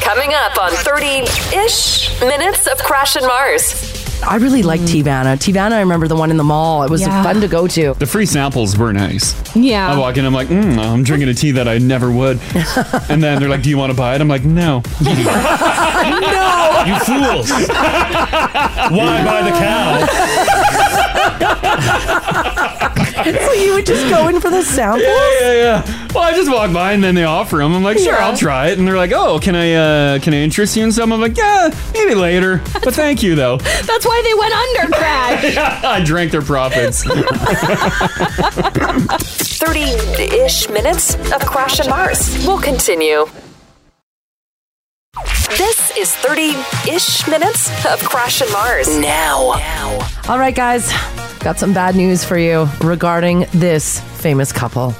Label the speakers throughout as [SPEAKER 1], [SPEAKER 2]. [SPEAKER 1] Coming up on 30-ish minutes of Crash and Mars.
[SPEAKER 2] I really like Tivana. Tivana, I remember the one in the mall. It was
[SPEAKER 3] Yeah.
[SPEAKER 2] fun to go to.
[SPEAKER 4] The free samples were nice.
[SPEAKER 3] Yeah.
[SPEAKER 4] I walk in, I'm like, mm, I'm drinking a tea that I never would. and then they're like, Do you want to buy it? I'm like, No.
[SPEAKER 2] no.
[SPEAKER 5] You fools! Why buy the cow?
[SPEAKER 2] so you would just go in for the sample?
[SPEAKER 4] Yeah, yeah, yeah. Well, I just walk by and then they offer them. I'm like, Sure,
[SPEAKER 2] Yeah.
[SPEAKER 4] I'll try it. And they're like, Oh, can I uh, can I interest you in some? I'm like, Yeah, maybe later. But thank you though.
[SPEAKER 3] That's why they went under, Crash.
[SPEAKER 4] I drank their profits.
[SPEAKER 1] 30-ish minutes of Crash and Mars. We'll continue. This is 30-ish minutes of Crash and Mars. Now.
[SPEAKER 2] All right, guys, got some bad news for you regarding this famous couple.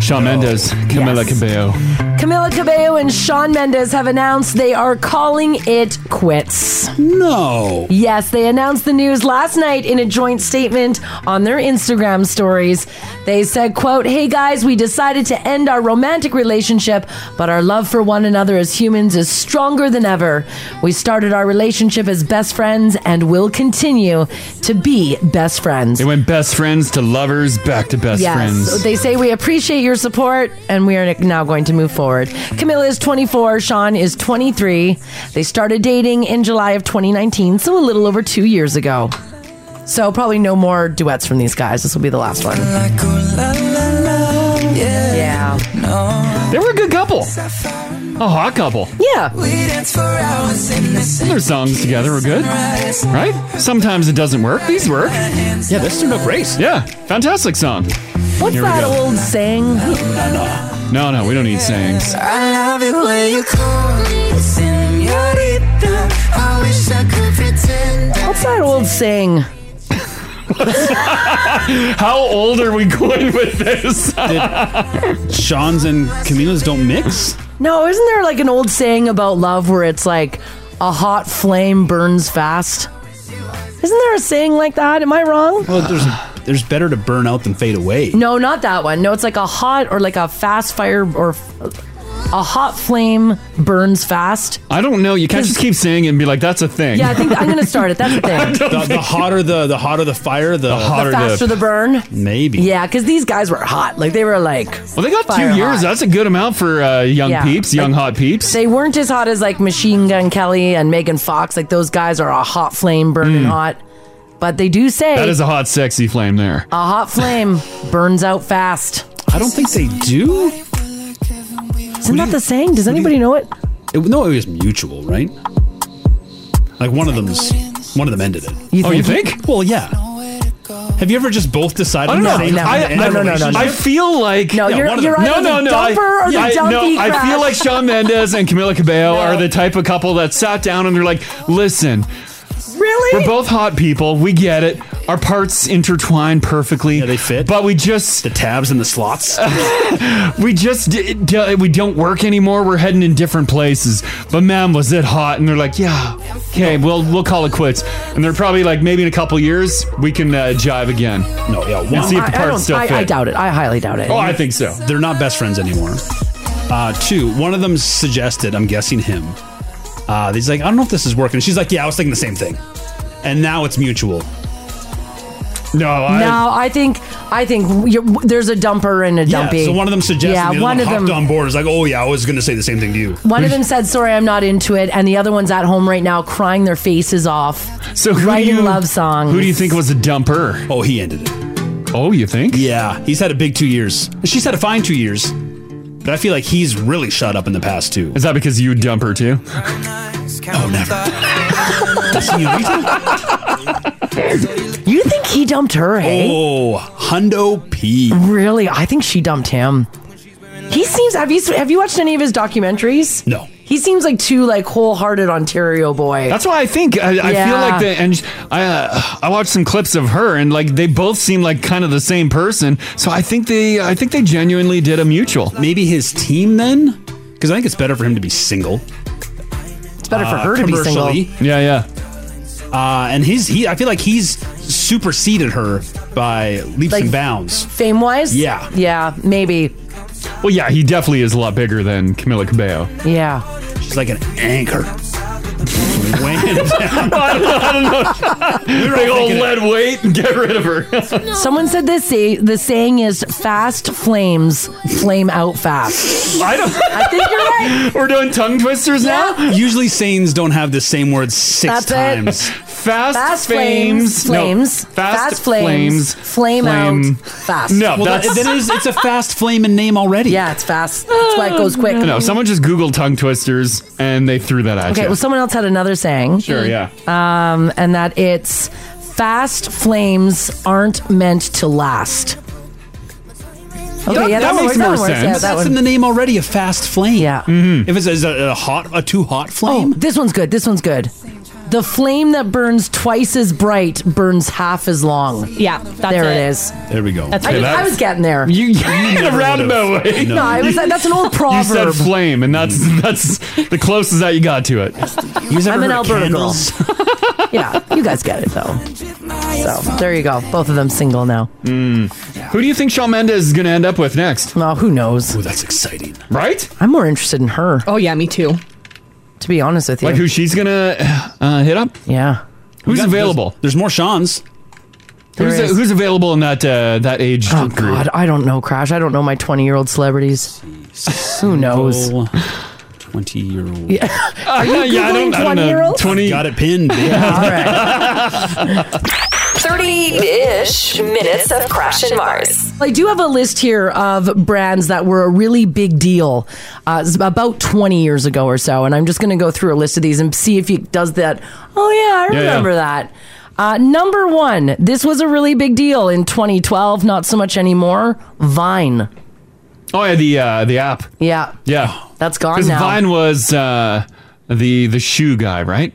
[SPEAKER 4] Shawn Mendes, Camila Cabello.
[SPEAKER 2] Camila Cabello and Sean Mendes have announced they are calling it quits.
[SPEAKER 5] No.
[SPEAKER 2] Yes, they announced the news last night in a joint statement on their Instagram stories. They said, quote, "Hey guys, we decided to end our romantic relationship, but our love for one another as humans is stronger than ever. We started our relationship as best friends and will continue to be best friends."
[SPEAKER 4] They went best friends to lovers, back to best
[SPEAKER 2] Yes.
[SPEAKER 4] friends.
[SPEAKER 2] They say we appreciate your support and we are now going to move forward. Camilla is 24, Sean is 23. They started dating in July of 2019, so a little over 2 years ago. So probably no more duets from these guys. This will be the last one. Yeah.
[SPEAKER 4] They were a good couple. A hot couple.
[SPEAKER 2] Yeah.
[SPEAKER 4] Their songs together were good, right? Sometimes it doesn't work. These work.
[SPEAKER 5] Yeah, this turned out great.
[SPEAKER 4] Yeah, fantastic song.
[SPEAKER 2] What's
[SPEAKER 4] Here we
[SPEAKER 2] that
[SPEAKER 4] go.
[SPEAKER 2] old saying?
[SPEAKER 4] No, no, we don't need sayings.
[SPEAKER 6] I love it when you call me senorita. I wish I could pretend. that-
[SPEAKER 2] What's that old saying?
[SPEAKER 4] How old are we going with this?
[SPEAKER 5] Sean's and Camila's don't mix.
[SPEAKER 2] No, isn't there like an old saying about love where it's like a hot flame burns fast? Isn't there a saying like that? Am I wrong?
[SPEAKER 5] Well, there's there's better to burn out than fade away.
[SPEAKER 2] No, not that one. No, it's like a hot or like a fast fire or f- a hot flame burns fast.
[SPEAKER 4] I don't know. You can't just keep saying it and be like, "That's a thing."
[SPEAKER 2] Yeah, I think I'm gonna start it. That's the thing.
[SPEAKER 5] The, the hotter the the hotter the fire, the,
[SPEAKER 4] hotter
[SPEAKER 2] The faster the burn.
[SPEAKER 5] maybe.
[SPEAKER 2] Yeah, because these guys were hot. Like they were like
[SPEAKER 4] Well, they got
[SPEAKER 2] Fire
[SPEAKER 4] two years.
[SPEAKER 2] hot.
[SPEAKER 4] That's a good amount for uh, young
[SPEAKER 2] Yeah.
[SPEAKER 4] peeps, young
[SPEAKER 2] Like-
[SPEAKER 4] hot peeps.
[SPEAKER 2] they weren't as hot as like Machine Gun Kelly and Megan Fox. Like those guys are a hot flame burning hot. But they do say
[SPEAKER 4] Mm. that is a hot, sexy flame there.
[SPEAKER 2] a hot flame burns out fast.
[SPEAKER 5] I don't think they do.
[SPEAKER 2] Isn't that the saying? Does
[SPEAKER 5] do you-
[SPEAKER 2] anybody know it?
[SPEAKER 5] It, no, it was mutual, right? Like one of them's one of them ended it.
[SPEAKER 2] You
[SPEAKER 4] oh, you think?
[SPEAKER 5] Well, yeah. Have you ever just both decided?
[SPEAKER 4] I don't
[SPEAKER 5] the
[SPEAKER 4] know.
[SPEAKER 5] same
[SPEAKER 2] No,
[SPEAKER 5] time to
[SPEAKER 4] I,
[SPEAKER 5] end
[SPEAKER 2] no,
[SPEAKER 5] a
[SPEAKER 2] no, no, no,
[SPEAKER 5] relationship?
[SPEAKER 2] no.
[SPEAKER 4] I feel like
[SPEAKER 2] No,
[SPEAKER 5] Yeah,
[SPEAKER 2] you're,
[SPEAKER 5] one of
[SPEAKER 2] you're
[SPEAKER 5] them-
[SPEAKER 2] either
[SPEAKER 4] no, no,
[SPEAKER 2] the
[SPEAKER 4] no.
[SPEAKER 2] dumper
[SPEAKER 4] I,
[SPEAKER 2] or the
[SPEAKER 4] I,
[SPEAKER 2] dumpy
[SPEAKER 4] no, I feel
[SPEAKER 2] crash.
[SPEAKER 4] like Shawn Mendes and Camila Cabello
[SPEAKER 2] No.
[SPEAKER 4] are the type of couple that sat down and they're like, listen,
[SPEAKER 2] really.
[SPEAKER 4] we're both hot people. We get it. Our parts intertwine perfectly.
[SPEAKER 5] Yeah, they fit.
[SPEAKER 4] But we just,
[SPEAKER 5] the tabs and the slots.
[SPEAKER 4] we just, d- d- we don't work anymore. We're heading in different places. But man, was it hot? And they're like, yeah, okay, we'll we'll call it quits. And they're probably like, maybe in a couple years we can uh, jive again.
[SPEAKER 5] no, yeah,
[SPEAKER 4] And see if
[SPEAKER 5] one.
[SPEAKER 4] the
[SPEAKER 2] I, I
[SPEAKER 4] parts
[SPEAKER 2] don't.
[SPEAKER 4] still
[SPEAKER 2] I,
[SPEAKER 4] fit.
[SPEAKER 2] I doubt it. I highly doubt it.
[SPEAKER 4] Oh, I think so.
[SPEAKER 5] They're not best friends anymore. Uh, two, one of them suggested. I'm guessing him. Uh, he's like, I don't know if this is working. She's like, Yeah, I was thinking the same thing. And now it's mutual.
[SPEAKER 4] No, I,
[SPEAKER 2] No, I think I think you're, there's a dumper and a
[SPEAKER 5] Yeah,
[SPEAKER 2] dumpy.
[SPEAKER 5] so one of them suggested.
[SPEAKER 2] Yeah,
[SPEAKER 5] the other
[SPEAKER 2] one of
[SPEAKER 5] hopped
[SPEAKER 2] them.
[SPEAKER 5] on board. Is like, Oh yeah, I was going to say the same thing to you.
[SPEAKER 2] One of them said, "Sorry, I'm not into it," and the other one's at home right now, crying their faces off.
[SPEAKER 4] So who
[SPEAKER 2] writing
[SPEAKER 4] do you,
[SPEAKER 2] love songs.
[SPEAKER 4] Who do you think was a dumper?
[SPEAKER 5] Oh, he ended it.
[SPEAKER 4] Oh, you think?
[SPEAKER 5] Yeah, he's had a big two years. She's had a fine two years. But I feel like he's really shot up in the past two.
[SPEAKER 4] Is that because you dump her too?
[SPEAKER 5] Oh, never. Senorita?
[SPEAKER 2] You think he dumped her? Hey,
[SPEAKER 5] Oh, Hundo P.
[SPEAKER 2] really? I think she dumped him. He seems. Have you have you watched any of his documentaries?
[SPEAKER 5] No.
[SPEAKER 2] He seems like too like wholehearted Ontario boy.
[SPEAKER 4] That's why I think I, I feel
[SPEAKER 2] Yeah.
[SPEAKER 4] like the and sh- I uh, I watched some clips of her and like they both seem like kind of the same person. So I think they I think they genuinely did a mutual.
[SPEAKER 5] Maybe his team then? Because I think it's better for him to be single. Uh,
[SPEAKER 2] it's better for her to be single.
[SPEAKER 5] commercially.
[SPEAKER 4] Yeah, yeah.
[SPEAKER 5] Uh, and his he I feel like he's superseded her by leaps
[SPEAKER 2] Like-
[SPEAKER 5] and bounds.
[SPEAKER 2] Fame wise,
[SPEAKER 5] Yeah.
[SPEAKER 2] yeah, maybe.
[SPEAKER 4] Well, yeah, he definitely is a lot bigger than Camila Cabello.
[SPEAKER 2] Yeah.
[SPEAKER 5] She's like an anchor. Weighing down.
[SPEAKER 4] I don't know. I don't know. Big old
[SPEAKER 5] thinking
[SPEAKER 4] lead weight and get rid of her.
[SPEAKER 2] Someone said this. Say, the saying is "fast flames flame out fast."
[SPEAKER 4] I don't.
[SPEAKER 2] I think you're right.
[SPEAKER 4] We're doing tongue twisters now.
[SPEAKER 5] Usually sayings don't have the same word six
[SPEAKER 2] That's it.
[SPEAKER 5] times.
[SPEAKER 4] Fast,
[SPEAKER 2] Fast
[SPEAKER 4] flames,
[SPEAKER 2] flames, flames,
[SPEAKER 4] No,
[SPEAKER 2] fast, flames, flame,
[SPEAKER 4] flame-
[SPEAKER 2] out fast.
[SPEAKER 4] No,
[SPEAKER 5] Well, that,
[SPEAKER 4] that's
[SPEAKER 5] that is, it's a fast flaming name already.
[SPEAKER 2] yeah, it's fast. That's why it goes quick.
[SPEAKER 4] no. Someone just googled tongue twisters and they threw that at
[SPEAKER 2] Okay,
[SPEAKER 4] you.
[SPEAKER 2] well, someone else had another saying,
[SPEAKER 4] sure, yeah.
[SPEAKER 2] um, and that it's "fast flames aren't meant to last." Okay,
[SPEAKER 4] That-
[SPEAKER 2] yeah,
[SPEAKER 4] that
[SPEAKER 2] one
[SPEAKER 4] makes
[SPEAKER 2] works, that
[SPEAKER 4] more
[SPEAKER 2] one works,
[SPEAKER 4] sense.
[SPEAKER 2] Yeah,
[SPEAKER 5] That's
[SPEAKER 2] that one.
[SPEAKER 5] in the name already, a fast flame.
[SPEAKER 2] Yeah.
[SPEAKER 4] Mm-hmm.
[SPEAKER 5] If it's is it a, hot, a too hot
[SPEAKER 2] Oh,
[SPEAKER 5] flame.
[SPEAKER 2] this one's good. This one's good. The flame that burns twice as bright burns half as long.
[SPEAKER 3] Yeah, that's
[SPEAKER 2] there it is.
[SPEAKER 5] There we go.
[SPEAKER 3] That's
[SPEAKER 2] I,
[SPEAKER 3] it.
[SPEAKER 2] I was getting there.
[SPEAKER 4] You, in a
[SPEAKER 5] never
[SPEAKER 4] roundabout
[SPEAKER 5] would've.
[SPEAKER 4] way.
[SPEAKER 5] No.
[SPEAKER 2] no, I was. That's an old
[SPEAKER 4] You
[SPEAKER 2] proverb.
[SPEAKER 4] said flame, and that's that's the closest that you got to it.
[SPEAKER 5] You guys ever
[SPEAKER 2] Oh, I'm an
[SPEAKER 5] heard of
[SPEAKER 2] Alberta girl.
[SPEAKER 5] candles?
[SPEAKER 2] yeah, you guys get it though. So there you go. Both of them single now.
[SPEAKER 4] Who do you think Shawn Mendes is going to end up with next?
[SPEAKER 2] Well, who knows?
[SPEAKER 5] Ooh, Oh, that's exciting.
[SPEAKER 4] Right?
[SPEAKER 2] I'm more interested in her,
[SPEAKER 3] Oh yeah, me too.
[SPEAKER 2] to be honest with you.
[SPEAKER 4] Like who she's going to uh, hit up?
[SPEAKER 2] yeah.
[SPEAKER 4] Who's
[SPEAKER 5] There's-
[SPEAKER 4] available?
[SPEAKER 5] There's, more Sean's.
[SPEAKER 4] Who's,
[SPEAKER 2] There is-
[SPEAKER 4] who's available in that uh, that age
[SPEAKER 2] oh
[SPEAKER 4] group?
[SPEAKER 2] God, I don't know, Crash. I don't know my 20 year old celebrities. who knows?
[SPEAKER 5] Oh, Twenty year old.
[SPEAKER 4] Are you
[SPEAKER 2] Googling 20-year-olds?
[SPEAKER 4] Twenty.
[SPEAKER 5] Got it pinned. babe.
[SPEAKER 2] All right.
[SPEAKER 1] 30-ish minutes of Crash and Mars.
[SPEAKER 2] I do have a list here of brands that were a really big deal uh, s- about 20 years ago or so. And I'm just going to go through a list of these and see if it does that. Oh, yeah, I
[SPEAKER 4] Yeah, yeah.
[SPEAKER 2] remember that. Uh, number one, this was a really big deal in 2012, not so much anymore. Vine.
[SPEAKER 4] Oh yeah, the uh, the app.
[SPEAKER 2] Yeah,
[SPEAKER 4] Yeah,
[SPEAKER 2] that's gone
[SPEAKER 4] because
[SPEAKER 2] now.
[SPEAKER 4] Vine was uh, the the shoe guy, right?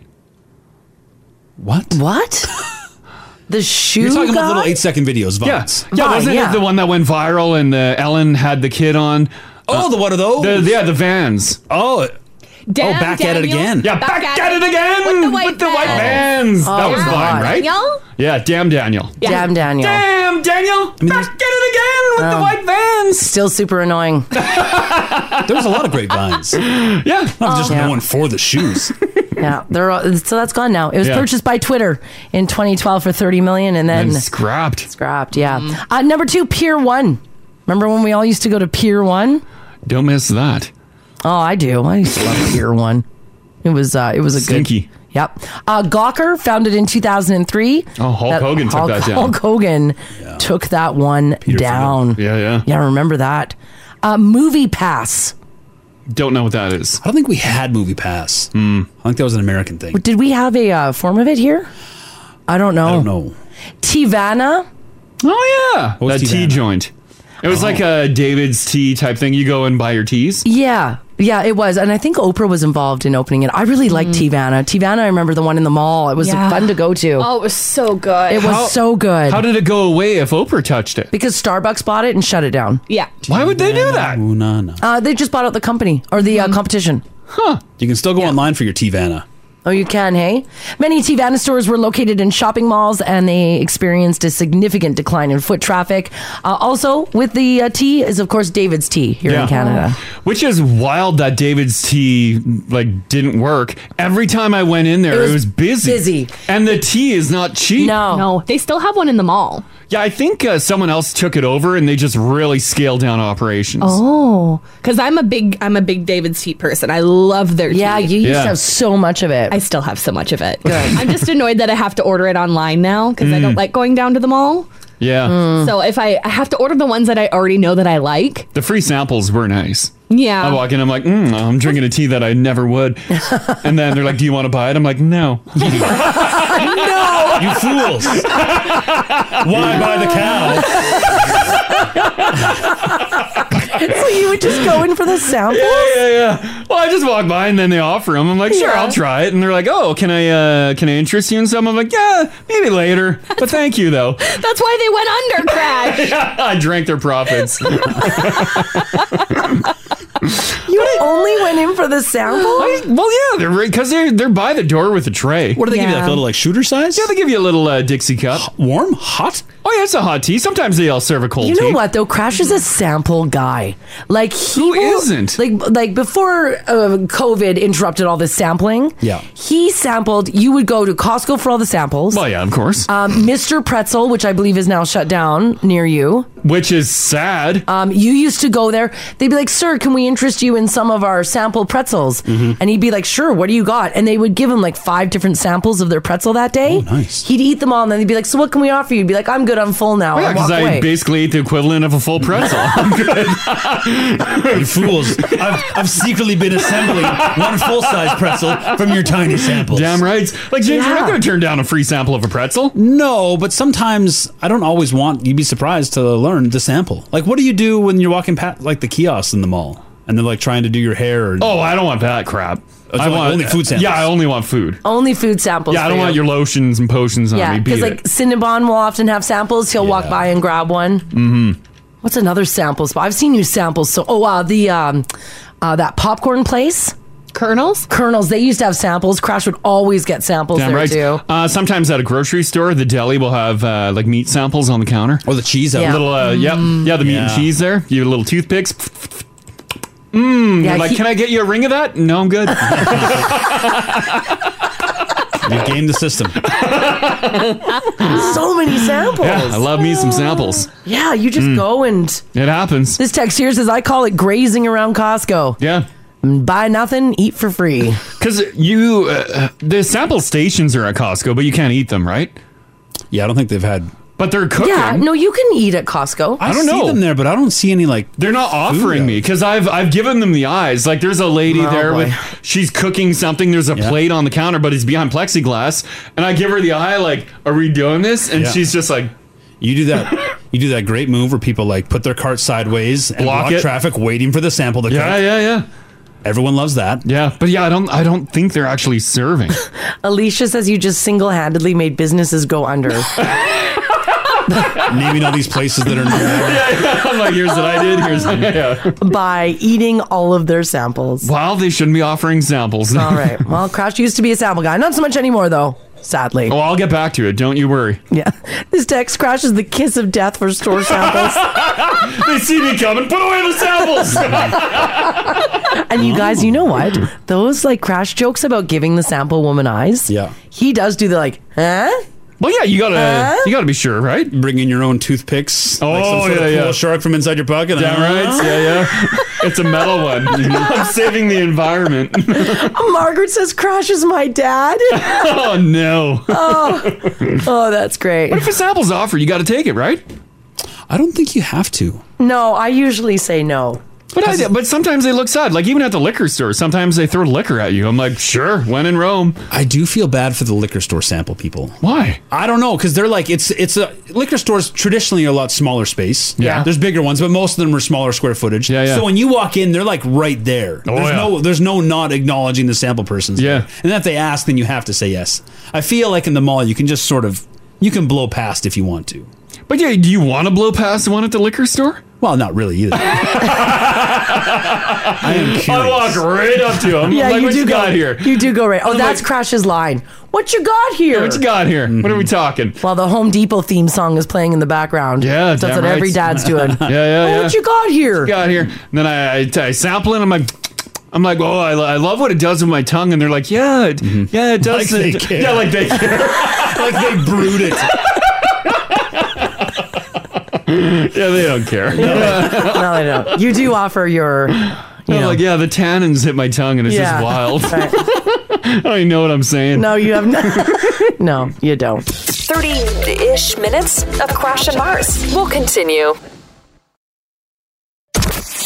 [SPEAKER 5] What?
[SPEAKER 2] What? The shoe
[SPEAKER 5] You're talking
[SPEAKER 2] guy?
[SPEAKER 5] about little eight second videos.
[SPEAKER 4] Yeah,
[SPEAKER 5] Vines.
[SPEAKER 4] yeah.
[SPEAKER 2] Vine,
[SPEAKER 4] wasn't
[SPEAKER 2] yeah.
[SPEAKER 4] it the one that went viral and uh, Ellen had the kid on?
[SPEAKER 5] Oh, the what are those?
[SPEAKER 4] Uh, The, yeah, the Vans.
[SPEAKER 5] oh,
[SPEAKER 3] Damn,
[SPEAKER 5] Oh, back at it
[SPEAKER 3] Daniel.
[SPEAKER 5] again.
[SPEAKER 4] Yeah, back, at it again
[SPEAKER 3] With the white band.
[SPEAKER 4] Vans. that
[SPEAKER 2] Oh,
[SPEAKER 4] was
[SPEAKER 2] God.
[SPEAKER 4] Vine, right?
[SPEAKER 3] Daniel?
[SPEAKER 4] Yeah, damn Daniel.
[SPEAKER 3] Yeah.
[SPEAKER 2] Damn, Daniel.
[SPEAKER 4] Damn Daniel. back at it again with the white Vans.
[SPEAKER 2] Still super annoying.
[SPEAKER 5] there was a lot of great vines. Not
[SPEAKER 4] Yeah.
[SPEAKER 5] just
[SPEAKER 2] Yeah.
[SPEAKER 5] no one for the shoes.
[SPEAKER 2] yeah, they're all, so that's gone now. It was
[SPEAKER 4] Yeah.
[SPEAKER 2] purchased by Twitter in 2012 for 30 million, and then
[SPEAKER 4] And scrapped.
[SPEAKER 2] scrapped. Yeah. Uh, number two, Pier One. Remember when we all used to go to Pier One?
[SPEAKER 4] Don't miss that.
[SPEAKER 2] Oh, I do. I used to love Pier One. It was uh, it was a
[SPEAKER 4] Stinky.
[SPEAKER 2] good. Yep. Uh, Gawker founded in 2003.
[SPEAKER 4] Oh, Hulk Hogan took
[SPEAKER 2] Hulk,
[SPEAKER 4] that down.
[SPEAKER 2] Hulk Hogan took that one down.
[SPEAKER 4] Yeah, yeah,
[SPEAKER 2] Yeah, remember that. Uh, movie Pass.
[SPEAKER 4] Don't know what that is.
[SPEAKER 5] I don't think we had Movie Pass.
[SPEAKER 4] Hmm.
[SPEAKER 5] I think that was an American thing.
[SPEAKER 2] Did we have a uh, form of it here? I don't know.
[SPEAKER 5] I don't know.
[SPEAKER 2] Tivana.
[SPEAKER 4] Oh yeah, that
[SPEAKER 5] was Tea
[SPEAKER 4] tea
[SPEAKER 5] Vana?
[SPEAKER 4] joint. It was like a David's tea type thing. You go and buy your teas.
[SPEAKER 2] Yeah. Yeah, it was. And I think Oprah was involved in opening it. I really liked Tivana. Tivana, I remember the one in the mall. It was
[SPEAKER 3] Yeah.
[SPEAKER 2] fun to go to.
[SPEAKER 3] Oh, it was so good.
[SPEAKER 2] it was so good.
[SPEAKER 4] How did it go away if Oprah touched it?
[SPEAKER 2] because Starbucks bought it and shut it down.
[SPEAKER 3] yeah.
[SPEAKER 4] Why would they do that?
[SPEAKER 5] Ooh, nah, nah.
[SPEAKER 2] Uh, they just bought out the company or the uh, competition.
[SPEAKER 5] You can still go online for your T-Vana.
[SPEAKER 2] Oh, you can, hey? Many Tivana stores were located in shopping malls and they experienced a significant decline in foot traffic. Uh, also, with the uh, tea is, of course, David's Tea here
[SPEAKER 4] Yeah.
[SPEAKER 2] in Canada.
[SPEAKER 4] Which is wild that David's tea like didn't work. Every time I went in there, it
[SPEAKER 2] It
[SPEAKER 4] was,
[SPEAKER 2] was
[SPEAKER 4] busy.
[SPEAKER 2] busy.
[SPEAKER 4] and the tea is not cheap.
[SPEAKER 2] No.
[SPEAKER 3] No, they still have one in the mall.
[SPEAKER 4] Yeah, I think uh, someone else took it over and they just really scaled down operations.
[SPEAKER 3] Oh, because I'm a big I'm a big David's tea person. I love their tea.
[SPEAKER 2] Yeah, you used
[SPEAKER 4] Yeah.
[SPEAKER 2] to have so much of it.
[SPEAKER 3] I still have so much of it. I'm just annoyed that I have to order it online now because I don't like going down to the mall.
[SPEAKER 4] Yeah,
[SPEAKER 3] So if I, I have to order the ones that I already know that I like,
[SPEAKER 4] the free samples were nice.
[SPEAKER 3] yeah,
[SPEAKER 4] I walk in, I'm like, mm, I'm drinking a tea that I never would. and then they're like, Do you want to buy it? I'm like, No.
[SPEAKER 5] You fools! Why buy the cow?
[SPEAKER 2] so you would just go in for the sample?
[SPEAKER 4] yeah, yeah, yeah. Well, I just walk by and then they offer them. I'm like, sure,
[SPEAKER 2] Yeah.
[SPEAKER 4] I'll try it. And they're like, oh, can I uh, can I interest you in some? I'm like, yeah, maybe later. But thank you though.
[SPEAKER 3] that's why they went under, Crash.
[SPEAKER 4] I drank their profits.
[SPEAKER 2] You only went in for the sample?
[SPEAKER 4] well, yeah, they're because they're they're by the door with a tray. What
[SPEAKER 2] do they give you, like a Yeah. little,
[SPEAKER 4] like shooter size? Yeah, they give you a little uh, Dixie cup. Warm, hot. Oh yeah, it's a hot tea. Sometimes they all serve a cold
[SPEAKER 2] You know
[SPEAKER 4] tea.
[SPEAKER 2] what though? Crash is a sample guy. Like he Who
[SPEAKER 4] isn't?
[SPEAKER 2] Like like before uh, COVID interrupted all this sampling.
[SPEAKER 4] Yeah.
[SPEAKER 2] He sampled. You would go to Costco for all the samples.
[SPEAKER 4] Well, yeah, of course.
[SPEAKER 2] Um, Mr. Pretzel, which I believe is now shut down near you.
[SPEAKER 4] Which is sad.
[SPEAKER 2] Um, you used to go there. They'd be like, "Sir, can we interest you in some of our sample pretzels?"
[SPEAKER 4] Mm-hmm.
[SPEAKER 2] And he'd be like, "Sure. What do you got?" And they would give him like five different samples of their pretzel that day.
[SPEAKER 4] Oh,
[SPEAKER 2] nice. He'd eat them all, and then he'd be like, "So what can we offer you?" He'd be like, "I'm good. I'm full now."
[SPEAKER 4] Oh, Yeah,
[SPEAKER 2] and walk
[SPEAKER 4] because I
[SPEAKER 2] away.
[SPEAKER 4] basically ate the equivalent of a full pretzel.
[SPEAKER 5] you fools. I've, I've secretly been assembling one full size pretzel from your tiny samples.
[SPEAKER 4] Damn right. Like, James, you're
[SPEAKER 5] Yeah.
[SPEAKER 4] not going to turn down a free sample of a pretzel.
[SPEAKER 5] No, but sometimes I don't always want you'd be surprised to learn the sample. Like, what do you do when you're walking past like the kiosks in the mall and they're like trying to do your hair? Or,
[SPEAKER 4] Oh, I don't want that crap.
[SPEAKER 5] It's
[SPEAKER 4] I
[SPEAKER 5] only-
[SPEAKER 4] want
[SPEAKER 5] only food samples.
[SPEAKER 4] Yeah, I only want food.
[SPEAKER 2] Only food samples.
[SPEAKER 4] yeah, I don't
[SPEAKER 2] Oh, for
[SPEAKER 4] want
[SPEAKER 2] you.
[SPEAKER 4] your lotions and potions on
[SPEAKER 2] Yeah,
[SPEAKER 4] me.
[SPEAKER 2] because
[SPEAKER 4] Beat
[SPEAKER 2] like Cinnabon will often have samples. He'll walk by and grab one.
[SPEAKER 4] mm-hmm.
[SPEAKER 2] What's another sample spot? I've seen you samples. So, oh, uh, the um, uh, that popcorn place,
[SPEAKER 3] Kernels.
[SPEAKER 2] Kernels. They used to have samples. Crash would always get samples
[SPEAKER 4] Damn
[SPEAKER 2] there
[SPEAKER 4] right.
[SPEAKER 2] too.
[SPEAKER 4] Uh, sometimes at a grocery store, the deli will have uh, like meat samples on the counter,
[SPEAKER 5] or the cheese.
[SPEAKER 2] out. Yeah. Mm.
[SPEAKER 4] Little, uh, yep, yeah, the meat and
[SPEAKER 5] Yeah.
[SPEAKER 4] cheese there. You little toothpicks. Mmm.
[SPEAKER 2] Yeah,
[SPEAKER 4] like,
[SPEAKER 2] he-
[SPEAKER 4] can I get you a ring of that? No, I'm good.
[SPEAKER 5] you game the system.
[SPEAKER 2] so many samples.
[SPEAKER 4] Yeah, I love me some samples.
[SPEAKER 2] Yeah, you just
[SPEAKER 4] Mm.
[SPEAKER 2] go and
[SPEAKER 4] It happens.
[SPEAKER 2] this text here says I call it grazing around Costco.
[SPEAKER 4] Yeah.
[SPEAKER 2] Buy nothing, eat for free.
[SPEAKER 4] Because you, uh, the sample stations are at Costco, but you can't eat them, right?
[SPEAKER 5] Yeah, I don't think they've had.
[SPEAKER 4] But they're cooking.
[SPEAKER 2] Yeah, no, you can eat at Costco.
[SPEAKER 4] I don't know
[SPEAKER 5] them there, but I don't see any like.
[SPEAKER 4] They're not offering me because I've I've given them the eyes. Like there's a lady there with she's cooking something. There's a plate on the counter, but it's behind plexiglass, and I give her the eye like, "Are we doing this?" And
[SPEAKER 5] Yeah.
[SPEAKER 4] she's just like,
[SPEAKER 5] You do that. You do that great move where people like put their cart sideways and
[SPEAKER 4] Block
[SPEAKER 5] block,
[SPEAKER 4] it.
[SPEAKER 5] traffic, waiting for the sample to
[SPEAKER 4] Yeah,
[SPEAKER 5] come.
[SPEAKER 4] yeah, yeah.
[SPEAKER 5] Everyone loves that.
[SPEAKER 4] "Yeah, but yeah, I don't I don't think they're actually serving."
[SPEAKER 2] Alicia says you just single handedly made businesses go under.
[SPEAKER 5] Naming all these places that are not.
[SPEAKER 4] I'm like, "Here's what I did. Here's yeah."
[SPEAKER 2] by eating all of their samples.
[SPEAKER 4] Wow, they shouldn't be offering samples.
[SPEAKER 2] All right. Well, Crash used to be a sample guy. Not so much anymore, though, sadly.
[SPEAKER 4] Oh, I'll get back to it. Don't you worry.
[SPEAKER 2] Yeah. This text crashes the kiss of death for store samples.
[SPEAKER 4] they see me coming. Put away the samples.
[SPEAKER 2] and you guys, you know what? Those like crash jokes about giving the sample woman eyes. Yeah. He does do the like, huh?
[SPEAKER 4] well, yeah, you gotta
[SPEAKER 2] Huh?
[SPEAKER 4] you gotta be sure, right?
[SPEAKER 5] Bring in your own toothpicks. Oh, like some
[SPEAKER 4] Oh,
[SPEAKER 5] sort
[SPEAKER 4] yeah,
[SPEAKER 5] of
[SPEAKER 4] yeah.
[SPEAKER 5] pool shark from inside your pocket.
[SPEAKER 4] Damn right. Yeah, yeah. It's a metal one. I'm saving the environment.
[SPEAKER 2] Margaret says Crash is my dad.
[SPEAKER 4] oh no.
[SPEAKER 2] oh, oh, that's great.
[SPEAKER 4] But if a sample's offered, you got to take it, right?
[SPEAKER 5] I don't think you have to.
[SPEAKER 2] No, I usually say no.
[SPEAKER 4] But I, but sometimes they look sad. Like even at the liquor store, sometimes they throw liquor at you. I'm like, sure, when in Rome.
[SPEAKER 5] I do feel bad for the liquor store sample people.
[SPEAKER 4] Why?
[SPEAKER 5] I don't know because they're like it's it's a liquor stores traditionally are a lot smaller space.
[SPEAKER 4] Yeah.
[SPEAKER 5] there's bigger ones, but most of them are smaller square footage.
[SPEAKER 4] yeah.
[SPEAKER 5] So when you walk in, they're like right there.
[SPEAKER 4] Oh,
[SPEAKER 5] there's
[SPEAKER 4] yeah.
[SPEAKER 5] no there's no not acknowledging the sample person's. Yeah, and if they ask, then you have to say yes. I feel like in the mall, you can just sort of you can blow past if you want to.
[SPEAKER 4] But yeah, do you want to blow past one at the liquor store?
[SPEAKER 5] Well, not really either. I am curious.
[SPEAKER 4] I walk right up to him.
[SPEAKER 2] Yeah,
[SPEAKER 4] I'm like,
[SPEAKER 2] you
[SPEAKER 4] what
[SPEAKER 2] do
[SPEAKER 4] you
[SPEAKER 2] go,
[SPEAKER 4] got here?
[SPEAKER 2] You do go right. Oh,
[SPEAKER 4] I'm
[SPEAKER 2] that's
[SPEAKER 4] like-
[SPEAKER 2] Crash's line. What you got here?
[SPEAKER 4] What you got here? What are we talking?
[SPEAKER 2] While the Home Depot theme song is playing in the background.
[SPEAKER 4] Yeah,
[SPEAKER 2] that's
[SPEAKER 4] damn
[SPEAKER 2] what
[SPEAKER 4] right.
[SPEAKER 2] every dad's doing.
[SPEAKER 4] yeah, yeah,
[SPEAKER 2] Oh,
[SPEAKER 4] yeah.
[SPEAKER 2] what you got here?
[SPEAKER 4] got here? And then I, I, I sample it. I'm like. I'm like, oh, I, lo- I love what it does with my tongue, and they're like, yeah, it, yeah, it does.
[SPEAKER 5] Like they
[SPEAKER 4] it-
[SPEAKER 5] care.
[SPEAKER 4] Yeah, Mm-hmm. like they care.
[SPEAKER 5] like they brewed it.
[SPEAKER 4] yeah, they don't care.
[SPEAKER 2] no, they don't. You do offer your. You
[SPEAKER 4] I'm
[SPEAKER 2] know.
[SPEAKER 4] like, yeah, the tannins hit my tongue, and it's
[SPEAKER 2] Yeah.
[SPEAKER 4] just wild.
[SPEAKER 2] Right.
[SPEAKER 4] I don't even know what I'm saying.
[SPEAKER 2] No, you have not. no, you don't.
[SPEAKER 1] 30 ish minutes of Crash and Mars. We'll continue.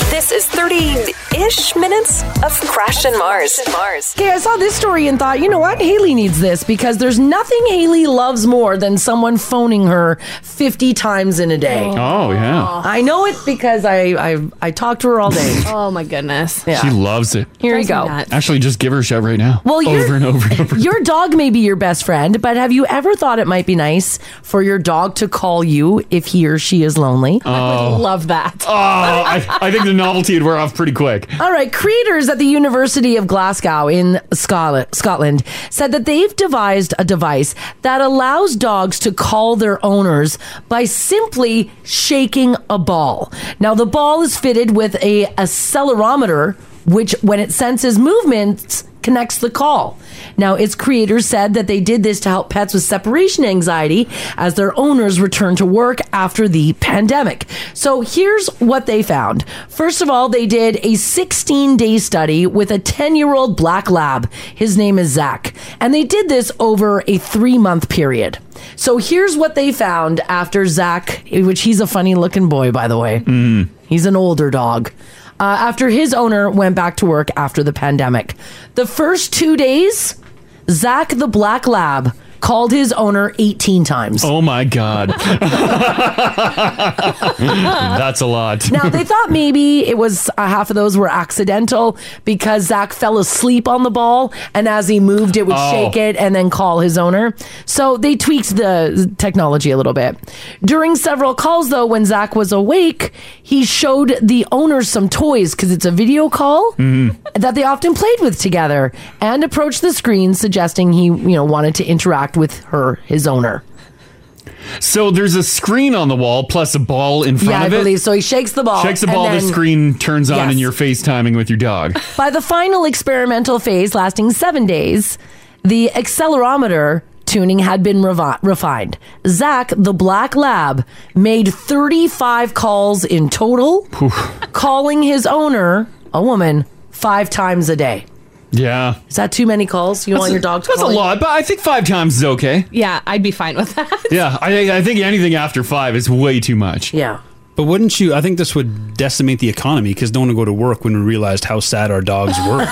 [SPEAKER 1] This is 30 ish minutes of Crash and Mars. Mars.
[SPEAKER 2] Okay, I saw this story and thought, you know what? Haley needs this because there's nothing Haley loves more than someone phoning her 50 times in a day.
[SPEAKER 4] Oh yeah,
[SPEAKER 2] I know it because I I, I talked to her all day.
[SPEAKER 3] oh my goodness.
[SPEAKER 4] she loves it.
[SPEAKER 2] Here you go.
[SPEAKER 4] Actually, just give her a shove right now.
[SPEAKER 2] Well, you're-
[SPEAKER 4] over and over and over.
[SPEAKER 2] Your dog may be your best friend, but have you ever thought it might be nice for your dog to call you if he or she is lonely?
[SPEAKER 4] Oh,
[SPEAKER 3] Love that.
[SPEAKER 4] oh I, I think the novelty would wear off pretty quick. sick.
[SPEAKER 2] All right, creators at the University of Glasgow in Scotland, Scotland said that they've devised a device that allows dogs to call their owners by simply shaking a ball. Now, the ball is fitted with a accelerometer, which, when it senses movements, connects the call. Now, its creators said that they did this to help pets with separation anxiety as their owners return to work after the pandemic. So, here's what they found. First of all, they did a 16 day study with a 10 year old black lab. His name is Zach. And they did this over a three month period. So, here's what they found after Zach, which he's a funny looking boy, by the way. He's an older dog uh, after his owner went back to work after the pandemic. The first two days, Zach the Black Lab called his owner 18 times.
[SPEAKER 4] Oh my god, that's a lot.
[SPEAKER 2] Now, they thought maybe it was uh, half of those were accidental because Zach fell asleep on the ball, and as he moved, it would
[SPEAKER 4] Oh.
[SPEAKER 2] shake it and then call his owner. So they tweaked the technology a little bit. During several calls, though, when Zach was awake, he showed the owner some toys because it's a video call
[SPEAKER 4] Mm-hmm.
[SPEAKER 2] that they often played with together and approached the screen, suggesting he, you know, wanted to interact with her, his owner.
[SPEAKER 4] So there's a screen on the wall plus a ball in front
[SPEAKER 2] Yeah, I
[SPEAKER 4] of it.
[SPEAKER 2] believe so. He shakes the ball.
[SPEAKER 4] Checks the
[SPEAKER 2] and
[SPEAKER 4] ball. the
[SPEAKER 2] then-
[SPEAKER 4] screen turns on,
[SPEAKER 2] Yes.
[SPEAKER 4] and you're FaceTiming with your dog.
[SPEAKER 2] By the final experimental phase, lasting seven days, the accelerometer tuning had been revi- refined. Zach, the black lab, made 35 calls in total, calling his owner, a woman, five times a day.
[SPEAKER 4] Yeah.
[SPEAKER 2] Is that too many calls? You want your dog to
[SPEAKER 4] That's
[SPEAKER 2] call
[SPEAKER 4] a
[SPEAKER 2] you?
[SPEAKER 4] lot, but I think five times is okay.
[SPEAKER 3] Yeah, I'd be fine with that.
[SPEAKER 4] Yeah, I think I think anything after five is way too much.
[SPEAKER 2] Yeah.
[SPEAKER 5] But wouldn't you? I think this would decimate the economy because no one would go to work when we realized how sad our dogs were.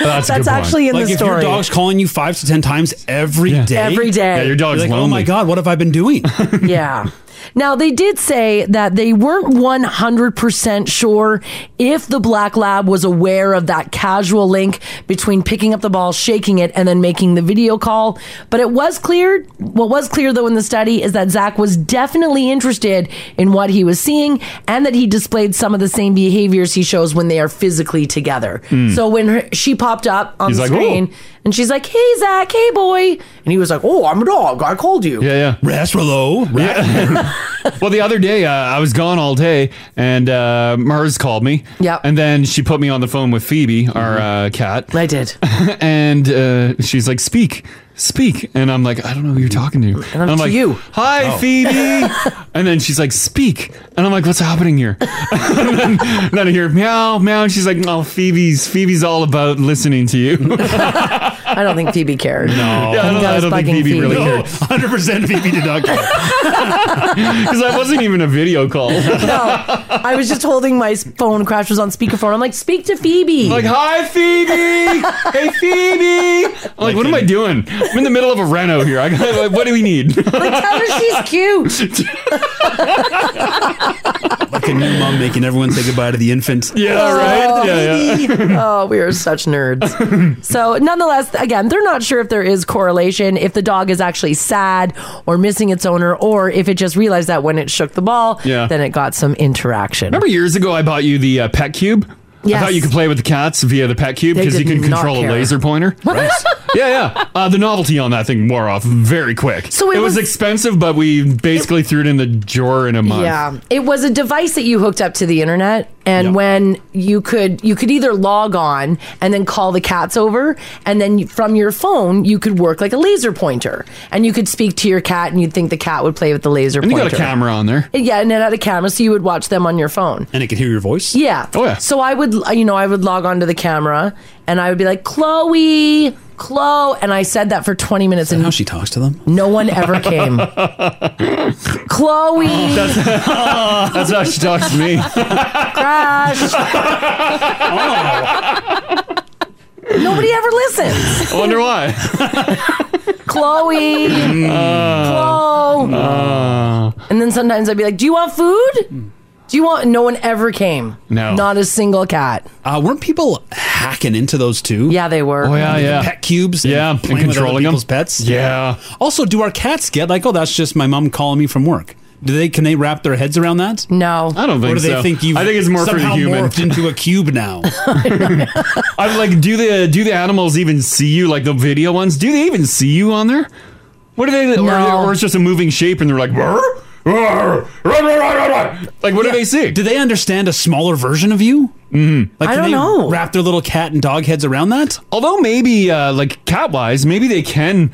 [SPEAKER 4] That's,
[SPEAKER 2] That's actually in
[SPEAKER 5] like
[SPEAKER 2] the
[SPEAKER 5] if
[SPEAKER 2] story.
[SPEAKER 5] your dog's calling you five to ten times every day,
[SPEAKER 2] Every day. Yeah, your
[SPEAKER 4] dog's
[SPEAKER 5] you're like, Oh
[SPEAKER 4] lonely."
[SPEAKER 5] my god, what have I been doing?
[SPEAKER 2] yeah. Now, they did say that they weren't 100% sure if the Black Lab was aware of that casual link between picking up the ball, shaking it, and then making the video call. But it was clear, what was clear though in the study is that Zach was definitely interested in what he was seeing and that he displayed some of the same behaviors he shows when they are physically together.
[SPEAKER 6] Mm.
[SPEAKER 2] So when her, she popped up on
[SPEAKER 6] He's
[SPEAKER 2] the
[SPEAKER 6] like, "Oh."
[SPEAKER 2] screen and she's like, hey, Zach, hey, boy. And he was like, oh, I'm a dog. I called you.
[SPEAKER 4] Yeah, yeah.
[SPEAKER 5] Rest, Rollo.
[SPEAKER 4] well, the other day uh, I was gone all day, and uh, Mars called me. Yeah. And then she put me on the phone with Phoebe, our uh, cat.
[SPEAKER 2] I did.
[SPEAKER 4] and uh, she's like, "Speak, speak," and I'm like, "I don't know who you're talking to." And I'm,
[SPEAKER 2] to
[SPEAKER 4] like,
[SPEAKER 2] you.
[SPEAKER 4] Hi,
[SPEAKER 2] Oh.
[SPEAKER 4] Phoebe. and then she's like, "Speak," and I'm like, "What's happening here?" and then, then I hear meow, meow, and she's like, "Oh, Phoebe's Phoebe's all about listening to you."
[SPEAKER 2] I don't think Phoebe cared. No,
[SPEAKER 4] Yeah, I don't, I don't think Phoebe really cared.
[SPEAKER 5] 100% Oh. Phoebe did not care.
[SPEAKER 4] Because I wasn't even a video call.
[SPEAKER 2] I was just holding my phone. Crash was on speakerphone. I'm like, speak to Phoebe.
[SPEAKER 4] like, hi, Phoebe. hey, Phoebe. I'm like, what am I doing? I'm in the middle of a reno here. I got, like, what do we need?
[SPEAKER 2] Tell her she's cute.
[SPEAKER 5] like a new mom making everyone say goodbye to the infant.
[SPEAKER 2] Oh, Phoebe. oh, we are such nerds. so, nonetheless, again, they're not sure if there is correlation, if the dog is actually sad or missing its owner, or if it just realized that when it shook the ball,
[SPEAKER 4] Yeah.
[SPEAKER 2] then it got some interaction.
[SPEAKER 4] Remember years ago, I bought you the uh, pet cube. I
[SPEAKER 2] Yes.
[SPEAKER 4] thought you could play with the cats via the pet cube
[SPEAKER 2] They
[SPEAKER 4] because you
[SPEAKER 2] did
[SPEAKER 4] could
[SPEAKER 2] not
[SPEAKER 4] control
[SPEAKER 2] care.
[SPEAKER 4] a laser pointer. yeah, yeah. Uh, the novelty on that thing wore off very quick.
[SPEAKER 2] So it
[SPEAKER 4] was,
[SPEAKER 2] was-
[SPEAKER 4] expensive, but we basically threw it in the drawer in a month.
[SPEAKER 2] Yeah, it was a device that you hooked up to the internet, and when you could, you could either log on and then call the cats over, and then you- from your phone you could work like a laser pointer, and you could speak to your cat, and you'd think the cat would play with the laser.
[SPEAKER 4] And you
[SPEAKER 2] pointer.
[SPEAKER 4] got a camera on there.
[SPEAKER 2] Yeah, and it had a camera, so you would watch them on your phone.
[SPEAKER 5] And it could hear your voice?
[SPEAKER 2] Yeah.
[SPEAKER 5] Oh, yeah.
[SPEAKER 2] So I would, you know, I would log on to the camera, and I would be like, "Chloe, Chloe," and I said that for twenty minutes, and
[SPEAKER 5] how she talks to them.
[SPEAKER 2] No one ever came. Chloe.
[SPEAKER 4] That's, that's how she talks to me.
[SPEAKER 2] Crash. Nobody ever listens.
[SPEAKER 4] I wonder why.
[SPEAKER 2] Chloe. Chloe.
[SPEAKER 5] Uh.
[SPEAKER 2] and then sometimes I'd be like, Do you want food? Do you want? No one ever came.
[SPEAKER 5] Hmm. No.
[SPEAKER 2] Not a single cat.
[SPEAKER 5] Uh, weren't people hacking into those too?
[SPEAKER 2] Yeah, they were.
[SPEAKER 5] Oh yeah, yeah. Pet cubes. Yeah, and, playing with other
[SPEAKER 4] controlling 'em.
[SPEAKER 5] people's pets.
[SPEAKER 4] Yeah.
[SPEAKER 5] Also, do our cats get like, oh, that's just my mom calling me from work? Do they can they wrap their heads around that?
[SPEAKER 2] No,
[SPEAKER 4] I don't think
[SPEAKER 5] or do
[SPEAKER 4] so.
[SPEAKER 5] they think you?
[SPEAKER 4] I think it's more for the
[SPEAKER 5] somehow
[SPEAKER 4] human.
[SPEAKER 5] morphed into a cube now.
[SPEAKER 4] I'm like, do the do the animals even see you? Like the video ones, do they even see you on there? What are they?
[SPEAKER 2] No.
[SPEAKER 4] Or, or it's just a moving shape, and they're like, "Roar, roar, roar, roar, roar, roar." like what do they see?
[SPEAKER 5] Do they understand a smaller version of you? Mm-hmm. Like,
[SPEAKER 2] I don't
[SPEAKER 5] can they
[SPEAKER 2] know.
[SPEAKER 5] Wrap their little cat and dog heads around that.
[SPEAKER 4] Although maybe uh, like cat wise, maybe they can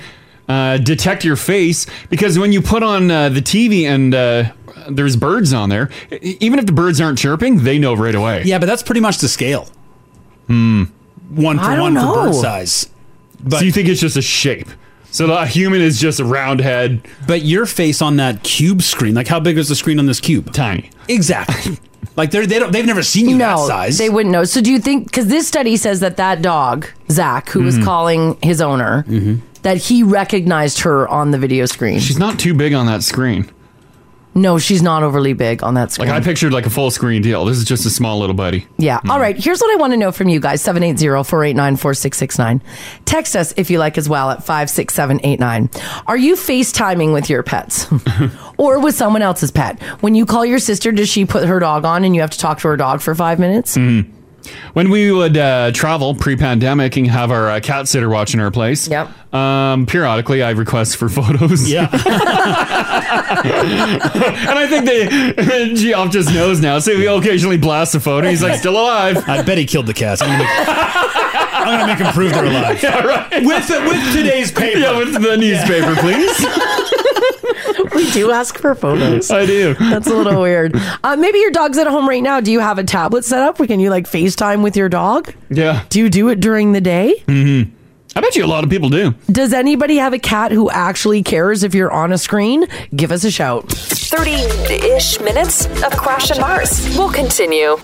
[SPEAKER 4] uh, detect your face because when you put on uh, the TV and uh, there's birds on there, e- even if the birds aren't chirping, they know right away.
[SPEAKER 5] Yeah, but that's pretty much the scale. Hmm. One for
[SPEAKER 2] I
[SPEAKER 5] one
[SPEAKER 2] don't
[SPEAKER 5] for bird
[SPEAKER 2] know.
[SPEAKER 5] size.
[SPEAKER 4] so you think it's just a shape? So a human is just a round head,
[SPEAKER 5] But your face on that cube screen, like how big is the screen on this cube?
[SPEAKER 4] tiny.
[SPEAKER 5] Exactly. like they're they don't they've never seen you
[SPEAKER 2] no,
[SPEAKER 5] that size.
[SPEAKER 2] they wouldn't know. So do you think? Because this study says that that dog Zach, who
[SPEAKER 5] Mm-hmm.
[SPEAKER 2] was calling his owner, that he recognized her on the video screen.
[SPEAKER 4] She's not too big on that screen.
[SPEAKER 2] no, she's not overly big on that screen.
[SPEAKER 4] Like I pictured like a full screen deal. This is just a small little buddy.
[SPEAKER 2] Yeah. All right. Here's what I want to know from you guys 780 489 4669. Text us if you like as well at 56789. Are you FaceTiming with your pets or with someone else's pet? When you call your sister, does she put her dog on and you have to talk to her dog for five minutes?
[SPEAKER 4] When we would uh, travel pre-pandemic and have our uh, cat sitter watching our place,
[SPEAKER 2] Yep.
[SPEAKER 4] Um, periodically, I request for photos.
[SPEAKER 5] Yeah.
[SPEAKER 4] and I think they Geoff just knows now, so he occasionally blasts a photo. He's like, still alive.
[SPEAKER 5] I bet he killed the cats. I'm gonna make, I'm gonna make him prove they're alive. Yeah, right. With the, with today's paper.
[SPEAKER 4] Yeah, with the newspaper, please.
[SPEAKER 2] We do ask for photos.
[SPEAKER 4] I do.
[SPEAKER 2] That's a little weird. Uh, maybe your dog's at home right now. Do you have a tablet set up? Can you like FaceTime with your dog?
[SPEAKER 4] Yeah,
[SPEAKER 2] Do you do it during the day?
[SPEAKER 4] I bet you a lot of people do.
[SPEAKER 2] Does anybody have a cat who actually cares if you're on a screen? Give us a shout.
[SPEAKER 1] 30 ish minutes of Crash and Mars. We'll continue.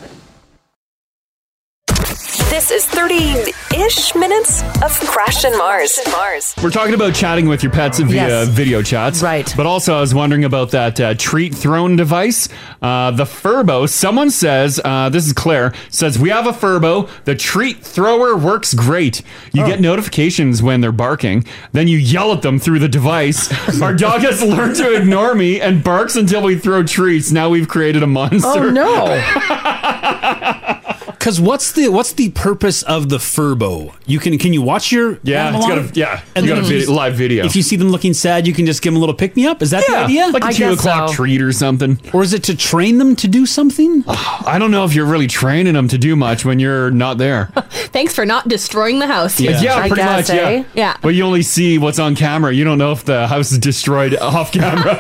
[SPEAKER 1] This is 30 ish minutes of Crash and Mars. Mars.
[SPEAKER 4] We're talking about chatting with your pets via
[SPEAKER 2] Yes.
[SPEAKER 4] video chats,
[SPEAKER 2] Right.
[SPEAKER 4] But also, I was wondering about that uh, treat thrown device, uh, the Furbo. Someone says uh, this is Claire says we have a Furbo. The treat thrower works great. You
[SPEAKER 2] Oh.
[SPEAKER 4] get notifications when they're barking, then you yell at them through the device. Our dog has learned to ignore me and barks until we throw treats. Now we've created a monster.
[SPEAKER 2] Oh, no.
[SPEAKER 5] Cause what's the what's the purpose of the furbo? You can can you watch your
[SPEAKER 4] Yeah,
[SPEAKER 5] animal
[SPEAKER 4] it's got
[SPEAKER 5] on
[SPEAKER 4] a
[SPEAKER 5] it?
[SPEAKER 4] yeah,
[SPEAKER 5] And
[SPEAKER 4] you got a
[SPEAKER 5] then
[SPEAKER 4] vid- live video.
[SPEAKER 5] If you see them looking sad, you can just give them a little pick me up. Is that the
[SPEAKER 4] yeah,
[SPEAKER 5] idea?
[SPEAKER 4] like a
[SPEAKER 2] I
[SPEAKER 4] two
[SPEAKER 2] guess
[SPEAKER 4] o'clock
[SPEAKER 2] so.
[SPEAKER 4] treat or something.
[SPEAKER 5] or is it to train them to do something?
[SPEAKER 4] I don't know if you're really training them to do much when you're not there.
[SPEAKER 3] Thanks for not destroying the house.
[SPEAKER 5] Yeah.
[SPEAKER 4] Yeah,
[SPEAKER 2] I
[SPEAKER 4] pretty
[SPEAKER 2] guess,
[SPEAKER 4] much.
[SPEAKER 2] eh?
[SPEAKER 4] Yeah.
[SPEAKER 3] Yeah.
[SPEAKER 4] But you only see what's on camera. You don't know if the house is destroyed off camera.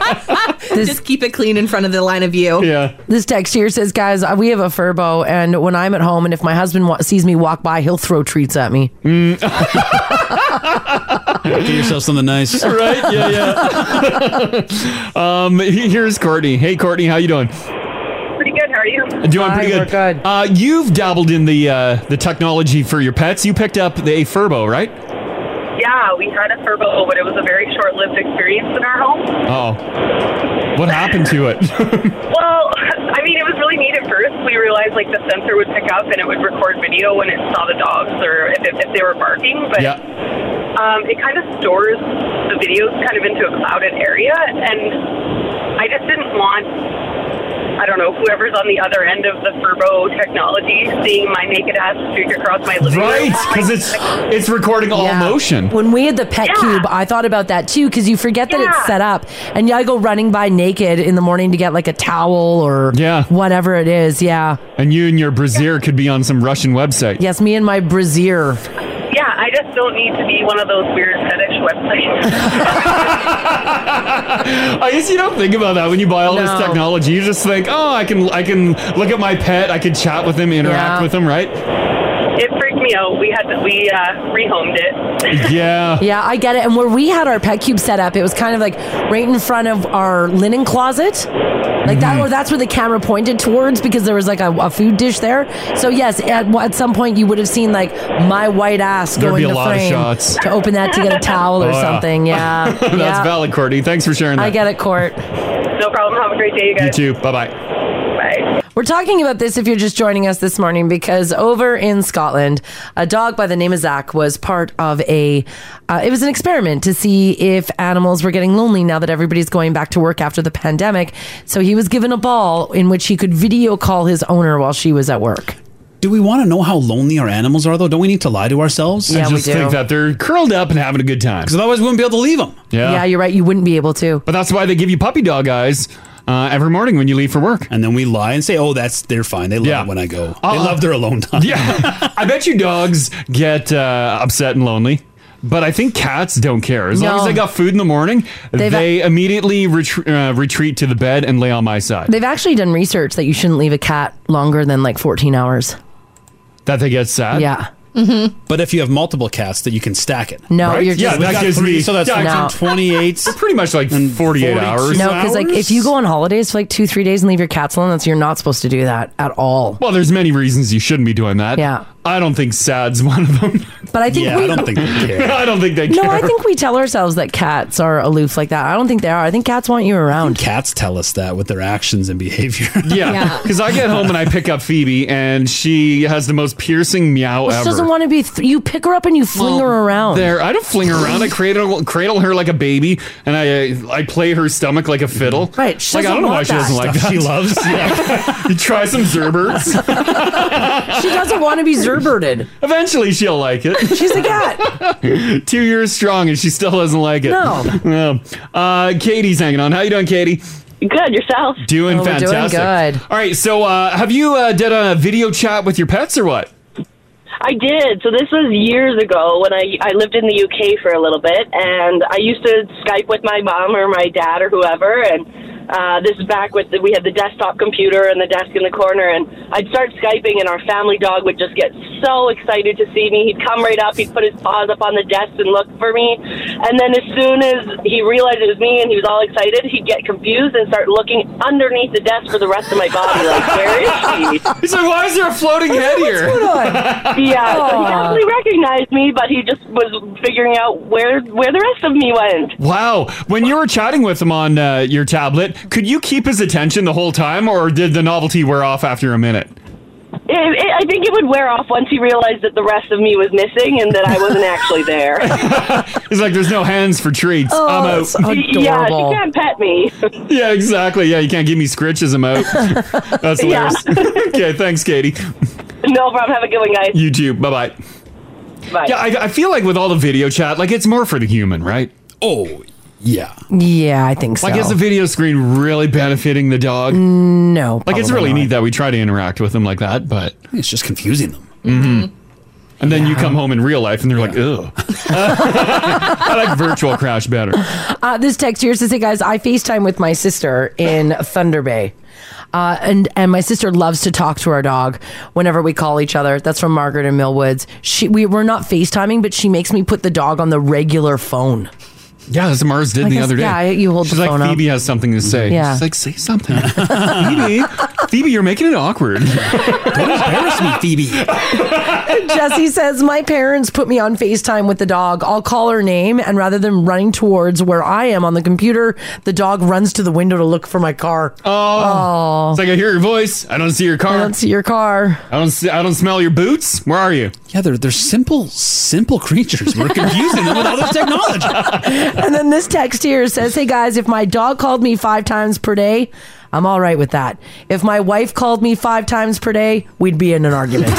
[SPEAKER 3] Just keep it clean in front of the line of view.
[SPEAKER 4] yeah.
[SPEAKER 2] This text here says, guys, uh, we have a Furbo, and when I'm at home, and if my husband wa- sees me walk by, he'll throw treats at me.
[SPEAKER 5] Get yourself something nice.
[SPEAKER 4] Right? Yeah, yeah. um he- here's Courtney. Hey Courtney, how you doing?
[SPEAKER 7] Pretty good. How are you?
[SPEAKER 4] Doing
[SPEAKER 2] Hi,
[SPEAKER 4] pretty good.
[SPEAKER 2] we're good.
[SPEAKER 4] Uh you've dabbled in the uh the technology for your pets. You picked up the Furbo, right?
[SPEAKER 7] Yeah, we had a furbo, but it was a very short-lived experience in our home.
[SPEAKER 4] Oh. What happened to it?
[SPEAKER 7] Well, I mean, it was really neat at first. We realized like the sensor would pick up and it would record video when it saw the dogs or if, if they were barking. But
[SPEAKER 4] yeah.
[SPEAKER 7] um, it kind of stores the videos kind of into a clouded area, and I just didn't want. I don't know, whoever's on the other end of the Furbo technology seeing my naked ass streak across my living room.
[SPEAKER 4] Right, because it's it's recording all
[SPEAKER 2] Yeah.
[SPEAKER 4] motion.
[SPEAKER 2] When we had the pet
[SPEAKER 7] Yeah.
[SPEAKER 2] cube, I thought about that too, because you forget that
[SPEAKER 7] Yeah.
[SPEAKER 2] it's set up. And yeah, I go running by naked in the morning to get like a towel or
[SPEAKER 4] Yeah.
[SPEAKER 2] whatever it is. Yeah.
[SPEAKER 4] And you and your brazier could be on some Russian website.
[SPEAKER 2] Yes, me and my brazier.
[SPEAKER 7] Yeah, I just don't need to be one of those weird fetish websites.
[SPEAKER 4] I guess you don't think about that when you buy all
[SPEAKER 2] No.
[SPEAKER 4] this technology. You just think, oh, I can, I can look at my pet, I can chat with him, interact
[SPEAKER 2] Yeah.
[SPEAKER 4] with him, right?
[SPEAKER 7] It freaked me out. We had to, we uh, rehomed it.
[SPEAKER 4] Yeah.
[SPEAKER 2] Yeah, I get it. And where we had our pet cube set up, it was kind of like right in front of our linen closet. Like that,
[SPEAKER 4] Mm-hmm.
[SPEAKER 2] or that's where the camera pointed towards because there was like a, a food dish there. So yes, at, at some point you would have seen like my white ass
[SPEAKER 4] There'd
[SPEAKER 2] go
[SPEAKER 4] be a
[SPEAKER 2] into
[SPEAKER 4] lot of
[SPEAKER 2] frame
[SPEAKER 4] shots.
[SPEAKER 2] to open that to get a towel or
[SPEAKER 4] Oh, yeah.
[SPEAKER 2] something. Yeah,
[SPEAKER 4] That's
[SPEAKER 2] yeah.
[SPEAKER 4] valid, Courtney. Thanks for sharing that.
[SPEAKER 2] I get it, Court.
[SPEAKER 7] No problem. Have a great day, you
[SPEAKER 4] You
[SPEAKER 7] guys.
[SPEAKER 4] too. Bye bye.
[SPEAKER 7] Bye.
[SPEAKER 2] We're talking about this if you're just joining us this morning because over in Scotland, a dog by the name of Zach was part of a. Uh, it was an experiment to see if animals were getting lonely now that everybody's going back to work after the pandemic. So he was given a ball in which he could video call his owner while she was at work.
[SPEAKER 5] Do we want to know how lonely our animals are, though? Don't we need to lie to ourselves?
[SPEAKER 2] Yeah, I we just do. think
[SPEAKER 4] that they're curled up and having a good time. Because
[SPEAKER 5] otherwise, we wouldn't be able to leave them.
[SPEAKER 4] Yeah.
[SPEAKER 2] yeah, you're right. You wouldn't be able to.
[SPEAKER 4] But that's why they give you puppy dog eyes uh, every morning when you leave for work.
[SPEAKER 5] And then we lie and say, "Oh, that's they're fine. They love it when I go. they
[SPEAKER 4] Uh-uh.
[SPEAKER 5] love their alone time."
[SPEAKER 4] Yeah. I bet you dogs get uh, upset and lonely. But I think cats don't care. As long
[SPEAKER 2] No.
[SPEAKER 4] as they got food in the morning,
[SPEAKER 2] They've-
[SPEAKER 4] they immediately retreat, uh, retreat to the bed and lay on my side.
[SPEAKER 2] They've actually done research that you shouldn't leave a cat longer than like 14 hours.
[SPEAKER 4] That they get sad.
[SPEAKER 2] Yeah.
[SPEAKER 5] Mm-hmm. But if you have multiple cats, that you can stack it.
[SPEAKER 2] No, you're just-
[SPEAKER 5] yeah,
[SPEAKER 2] Yeah, that
[SPEAKER 5] that
[SPEAKER 2] gives
[SPEAKER 5] three,
[SPEAKER 2] me-
[SPEAKER 5] so that's
[SPEAKER 2] yeah, I can-
[SPEAKER 5] 28.
[SPEAKER 4] pretty much like 48 hours.
[SPEAKER 2] No, because like if you go on holidays for like two, three days and leave your cats alone, that's you're not supposed to do that at all.
[SPEAKER 4] Well, there's many reasons you shouldn't be doing that.
[SPEAKER 2] Yeah.
[SPEAKER 4] I don't think sad's one of them.
[SPEAKER 2] But I think we
[SPEAKER 4] I don't think they
[SPEAKER 2] no,
[SPEAKER 4] care.
[SPEAKER 2] I think we tell ourselves that cats are aloof like that. I don't think they are. I think cats want you around.
[SPEAKER 5] Cats tell us that with their actions and behavior.
[SPEAKER 4] Yeah, because I get home and I pick up Phoebe, and she has the most piercing meow
[SPEAKER 2] Well, she
[SPEAKER 4] ever.
[SPEAKER 2] doesn't want to be. Th- you pick her up and you fling her around.
[SPEAKER 4] There, I don't fling her around. I cradle cradle her like a baby, and I I play her stomach like a fiddle. Right.
[SPEAKER 2] she
[SPEAKER 4] like I
[SPEAKER 2] doesn't
[SPEAKER 4] don't know why
[SPEAKER 2] want
[SPEAKER 4] she doesn't
[SPEAKER 2] that.
[SPEAKER 4] like
[SPEAKER 2] Stuff
[SPEAKER 4] that.
[SPEAKER 2] she loves.
[SPEAKER 4] Yeah. you try some Zerberts.
[SPEAKER 2] she doesn't want to be Zerberted.
[SPEAKER 4] Eventually, she'll like it.
[SPEAKER 2] She's a cat.
[SPEAKER 4] Two years strong, and she still doesn't like it.
[SPEAKER 2] No.
[SPEAKER 4] No. Uh, Katie's hanging on. How you doing, Katie?
[SPEAKER 8] Good. Yourself?
[SPEAKER 4] Doing
[SPEAKER 2] Oh, we're doing
[SPEAKER 4] fantastic.
[SPEAKER 2] good.
[SPEAKER 4] All right. So, uh, have you uh, did a video chat with your pets or what?
[SPEAKER 8] I did. So this was years ago when I I lived in the UK for a little bit, and I used to Skype with my mom or my dad or whoever. And uh, this is back with the, we had the desktop computer and the desk in the corner, and I'd start skyping, and our family dog would just get so excited to see me. He'd come right up, he'd put his paws up on the desk and look for me, and then as soon as he realized it was me and he was all excited, he'd get confused and start looking underneath the desk for the rest of my body, like where is she?
[SPEAKER 4] He's like, why is there a floating head here?
[SPEAKER 8] Yeah, so he definitely recognized me, but he just was figuring out where where the rest of me went.
[SPEAKER 4] Wow. When you were chatting with him on uh, your tablet, could you keep his attention the whole time, or did the novelty wear off after a minute?
[SPEAKER 8] It, it, I think it would wear off once he realized that the rest of me was missing and that I wasn't actually there.
[SPEAKER 4] He's like, there's no hands for treats.
[SPEAKER 2] Oh,
[SPEAKER 4] I'm out.
[SPEAKER 8] Yeah, she can't pet me.
[SPEAKER 4] Yeah, exactly. Yeah, you can't give me scritches. I'm out. That's
[SPEAKER 8] Yeah.
[SPEAKER 4] hilarious. okay, thanks, Katie.
[SPEAKER 8] No problem. Have a good one, guys.
[SPEAKER 4] You too. Bye bye.
[SPEAKER 8] Bye.
[SPEAKER 4] Yeah, I, I feel like with all the video chat, like it's more for the human, right?
[SPEAKER 5] Oh, yeah.
[SPEAKER 2] Yeah, I think so.
[SPEAKER 4] Like, is the video screen really benefiting the dog?
[SPEAKER 2] No.
[SPEAKER 4] Like, it's
[SPEAKER 2] probably
[SPEAKER 4] really
[SPEAKER 2] not.
[SPEAKER 4] neat that we try to interact with them like that, but
[SPEAKER 5] it's just confusing them.
[SPEAKER 4] Mm-hmm. And then you come home in real life, and they're like, "Ugh." I like virtual crash better.
[SPEAKER 2] Uh, this text here says, "Hey guys, I FaceTime with my sister in Thunder Bay, uh, and and my sister loves to talk to our dog whenever we call each other." That's from Margaret in Mill Woods. She we we're not FaceTiming, but she makes me put the dog on the regular phone.
[SPEAKER 4] Yeah, as Mars did
[SPEAKER 2] Like
[SPEAKER 4] the
[SPEAKER 2] I-
[SPEAKER 4] other day.
[SPEAKER 2] yeah, you hold the
[SPEAKER 4] She's like,
[SPEAKER 2] phone up.
[SPEAKER 4] Phoebe has something to say.
[SPEAKER 2] Yeah.
[SPEAKER 4] She's like, say something. Phoebe, Phoebe, you're making it awkward. Don't embarrass me, Phoebe.
[SPEAKER 2] Jesse says, My parents put me on FaceTime with the dog. I'll call her name, and rather than running towards where I am on the computer, the dog runs to the window to look for my car.
[SPEAKER 4] Oh. It's like I hear your voice. I don't see your car. I don't
[SPEAKER 2] see your car.
[SPEAKER 4] I don't see. I don't smell your boots. Where are you?
[SPEAKER 5] Yeah, they're they're simple, simple creatures. We're confusing them with all this technology.
[SPEAKER 2] and then this text here says, Hey guys, if my dog called me five times per day, I'm all right with that. If my wife called me five times per day, we'd be in an argument.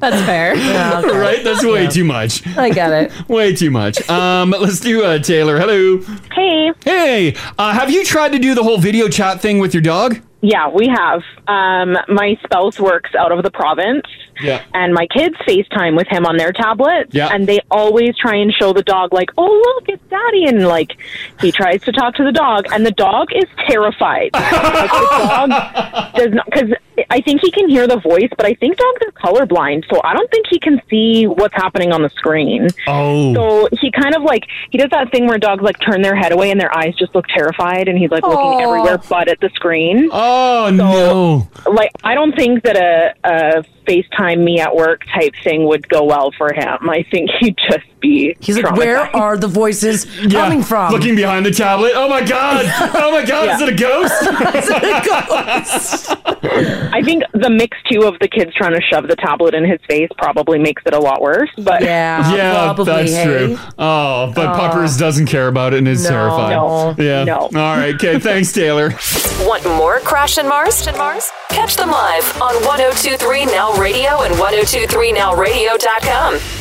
[SPEAKER 3] That's fair.
[SPEAKER 4] right? That's way too much.
[SPEAKER 2] I get it.
[SPEAKER 4] way too much. Um, let's do uh, Taylor. Hello.
[SPEAKER 9] Hey.
[SPEAKER 4] Hey. Uh, have you tried to do the whole video chat thing with your dog?
[SPEAKER 9] Yeah, we have. Um, my spouse works out of the province,
[SPEAKER 4] Yeah.
[SPEAKER 9] and my kids FaceTime with him on their tablets.
[SPEAKER 4] Yeah.
[SPEAKER 9] And they always try and show the dog, like, oh, look, it's daddy. And, like, he tries to talk to the dog, and the dog is terrified. like, the dog does not, because
[SPEAKER 8] I think he can hear the voice, but I think dogs are colorblind, so I don't think he can see what's happening on the screen.
[SPEAKER 4] Oh.
[SPEAKER 8] So he kind of like he does that thing where dogs like turn their head away and their eyes just look terrified, and he's like
[SPEAKER 4] Aw.
[SPEAKER 8] looking everywhere but at the screen.
[SPEAKER 4] Oh no!
[SPEAKER 8] Like I don't think that a, a FaceTime me at work type thing would go well for him. I think he'd just be.
[SPEAKER 2] He's like, where are the voices coming from?
[SPEAKER 4] Looking behind the tablet. Oh my god! Oh my god! Is it a ghost?
[SPEAKER 8] I think the mix too of the kids trying to shove the tablet in his face probably makes it a lot worse. But
[SPEAKER 4] yeah, that's true. Oh, but
[SPEAKER 8] Uh,
[SPEAKER 4] Puppers doesn't care about it and is
[SPEAKER 1] no,
[SPEAKER 4] terrified.
[SPEAKER 1] no,
[SPEAKER 4] yeah.
[SPEAKER 1] no.
[SPEAKER 4] All right. Okay. Thanks, Taylor.
[SPEAKER 1] Want more Crash and Mars? And Mars? oh Catch them live on 1023 Now Radio and 1023nowradio.com.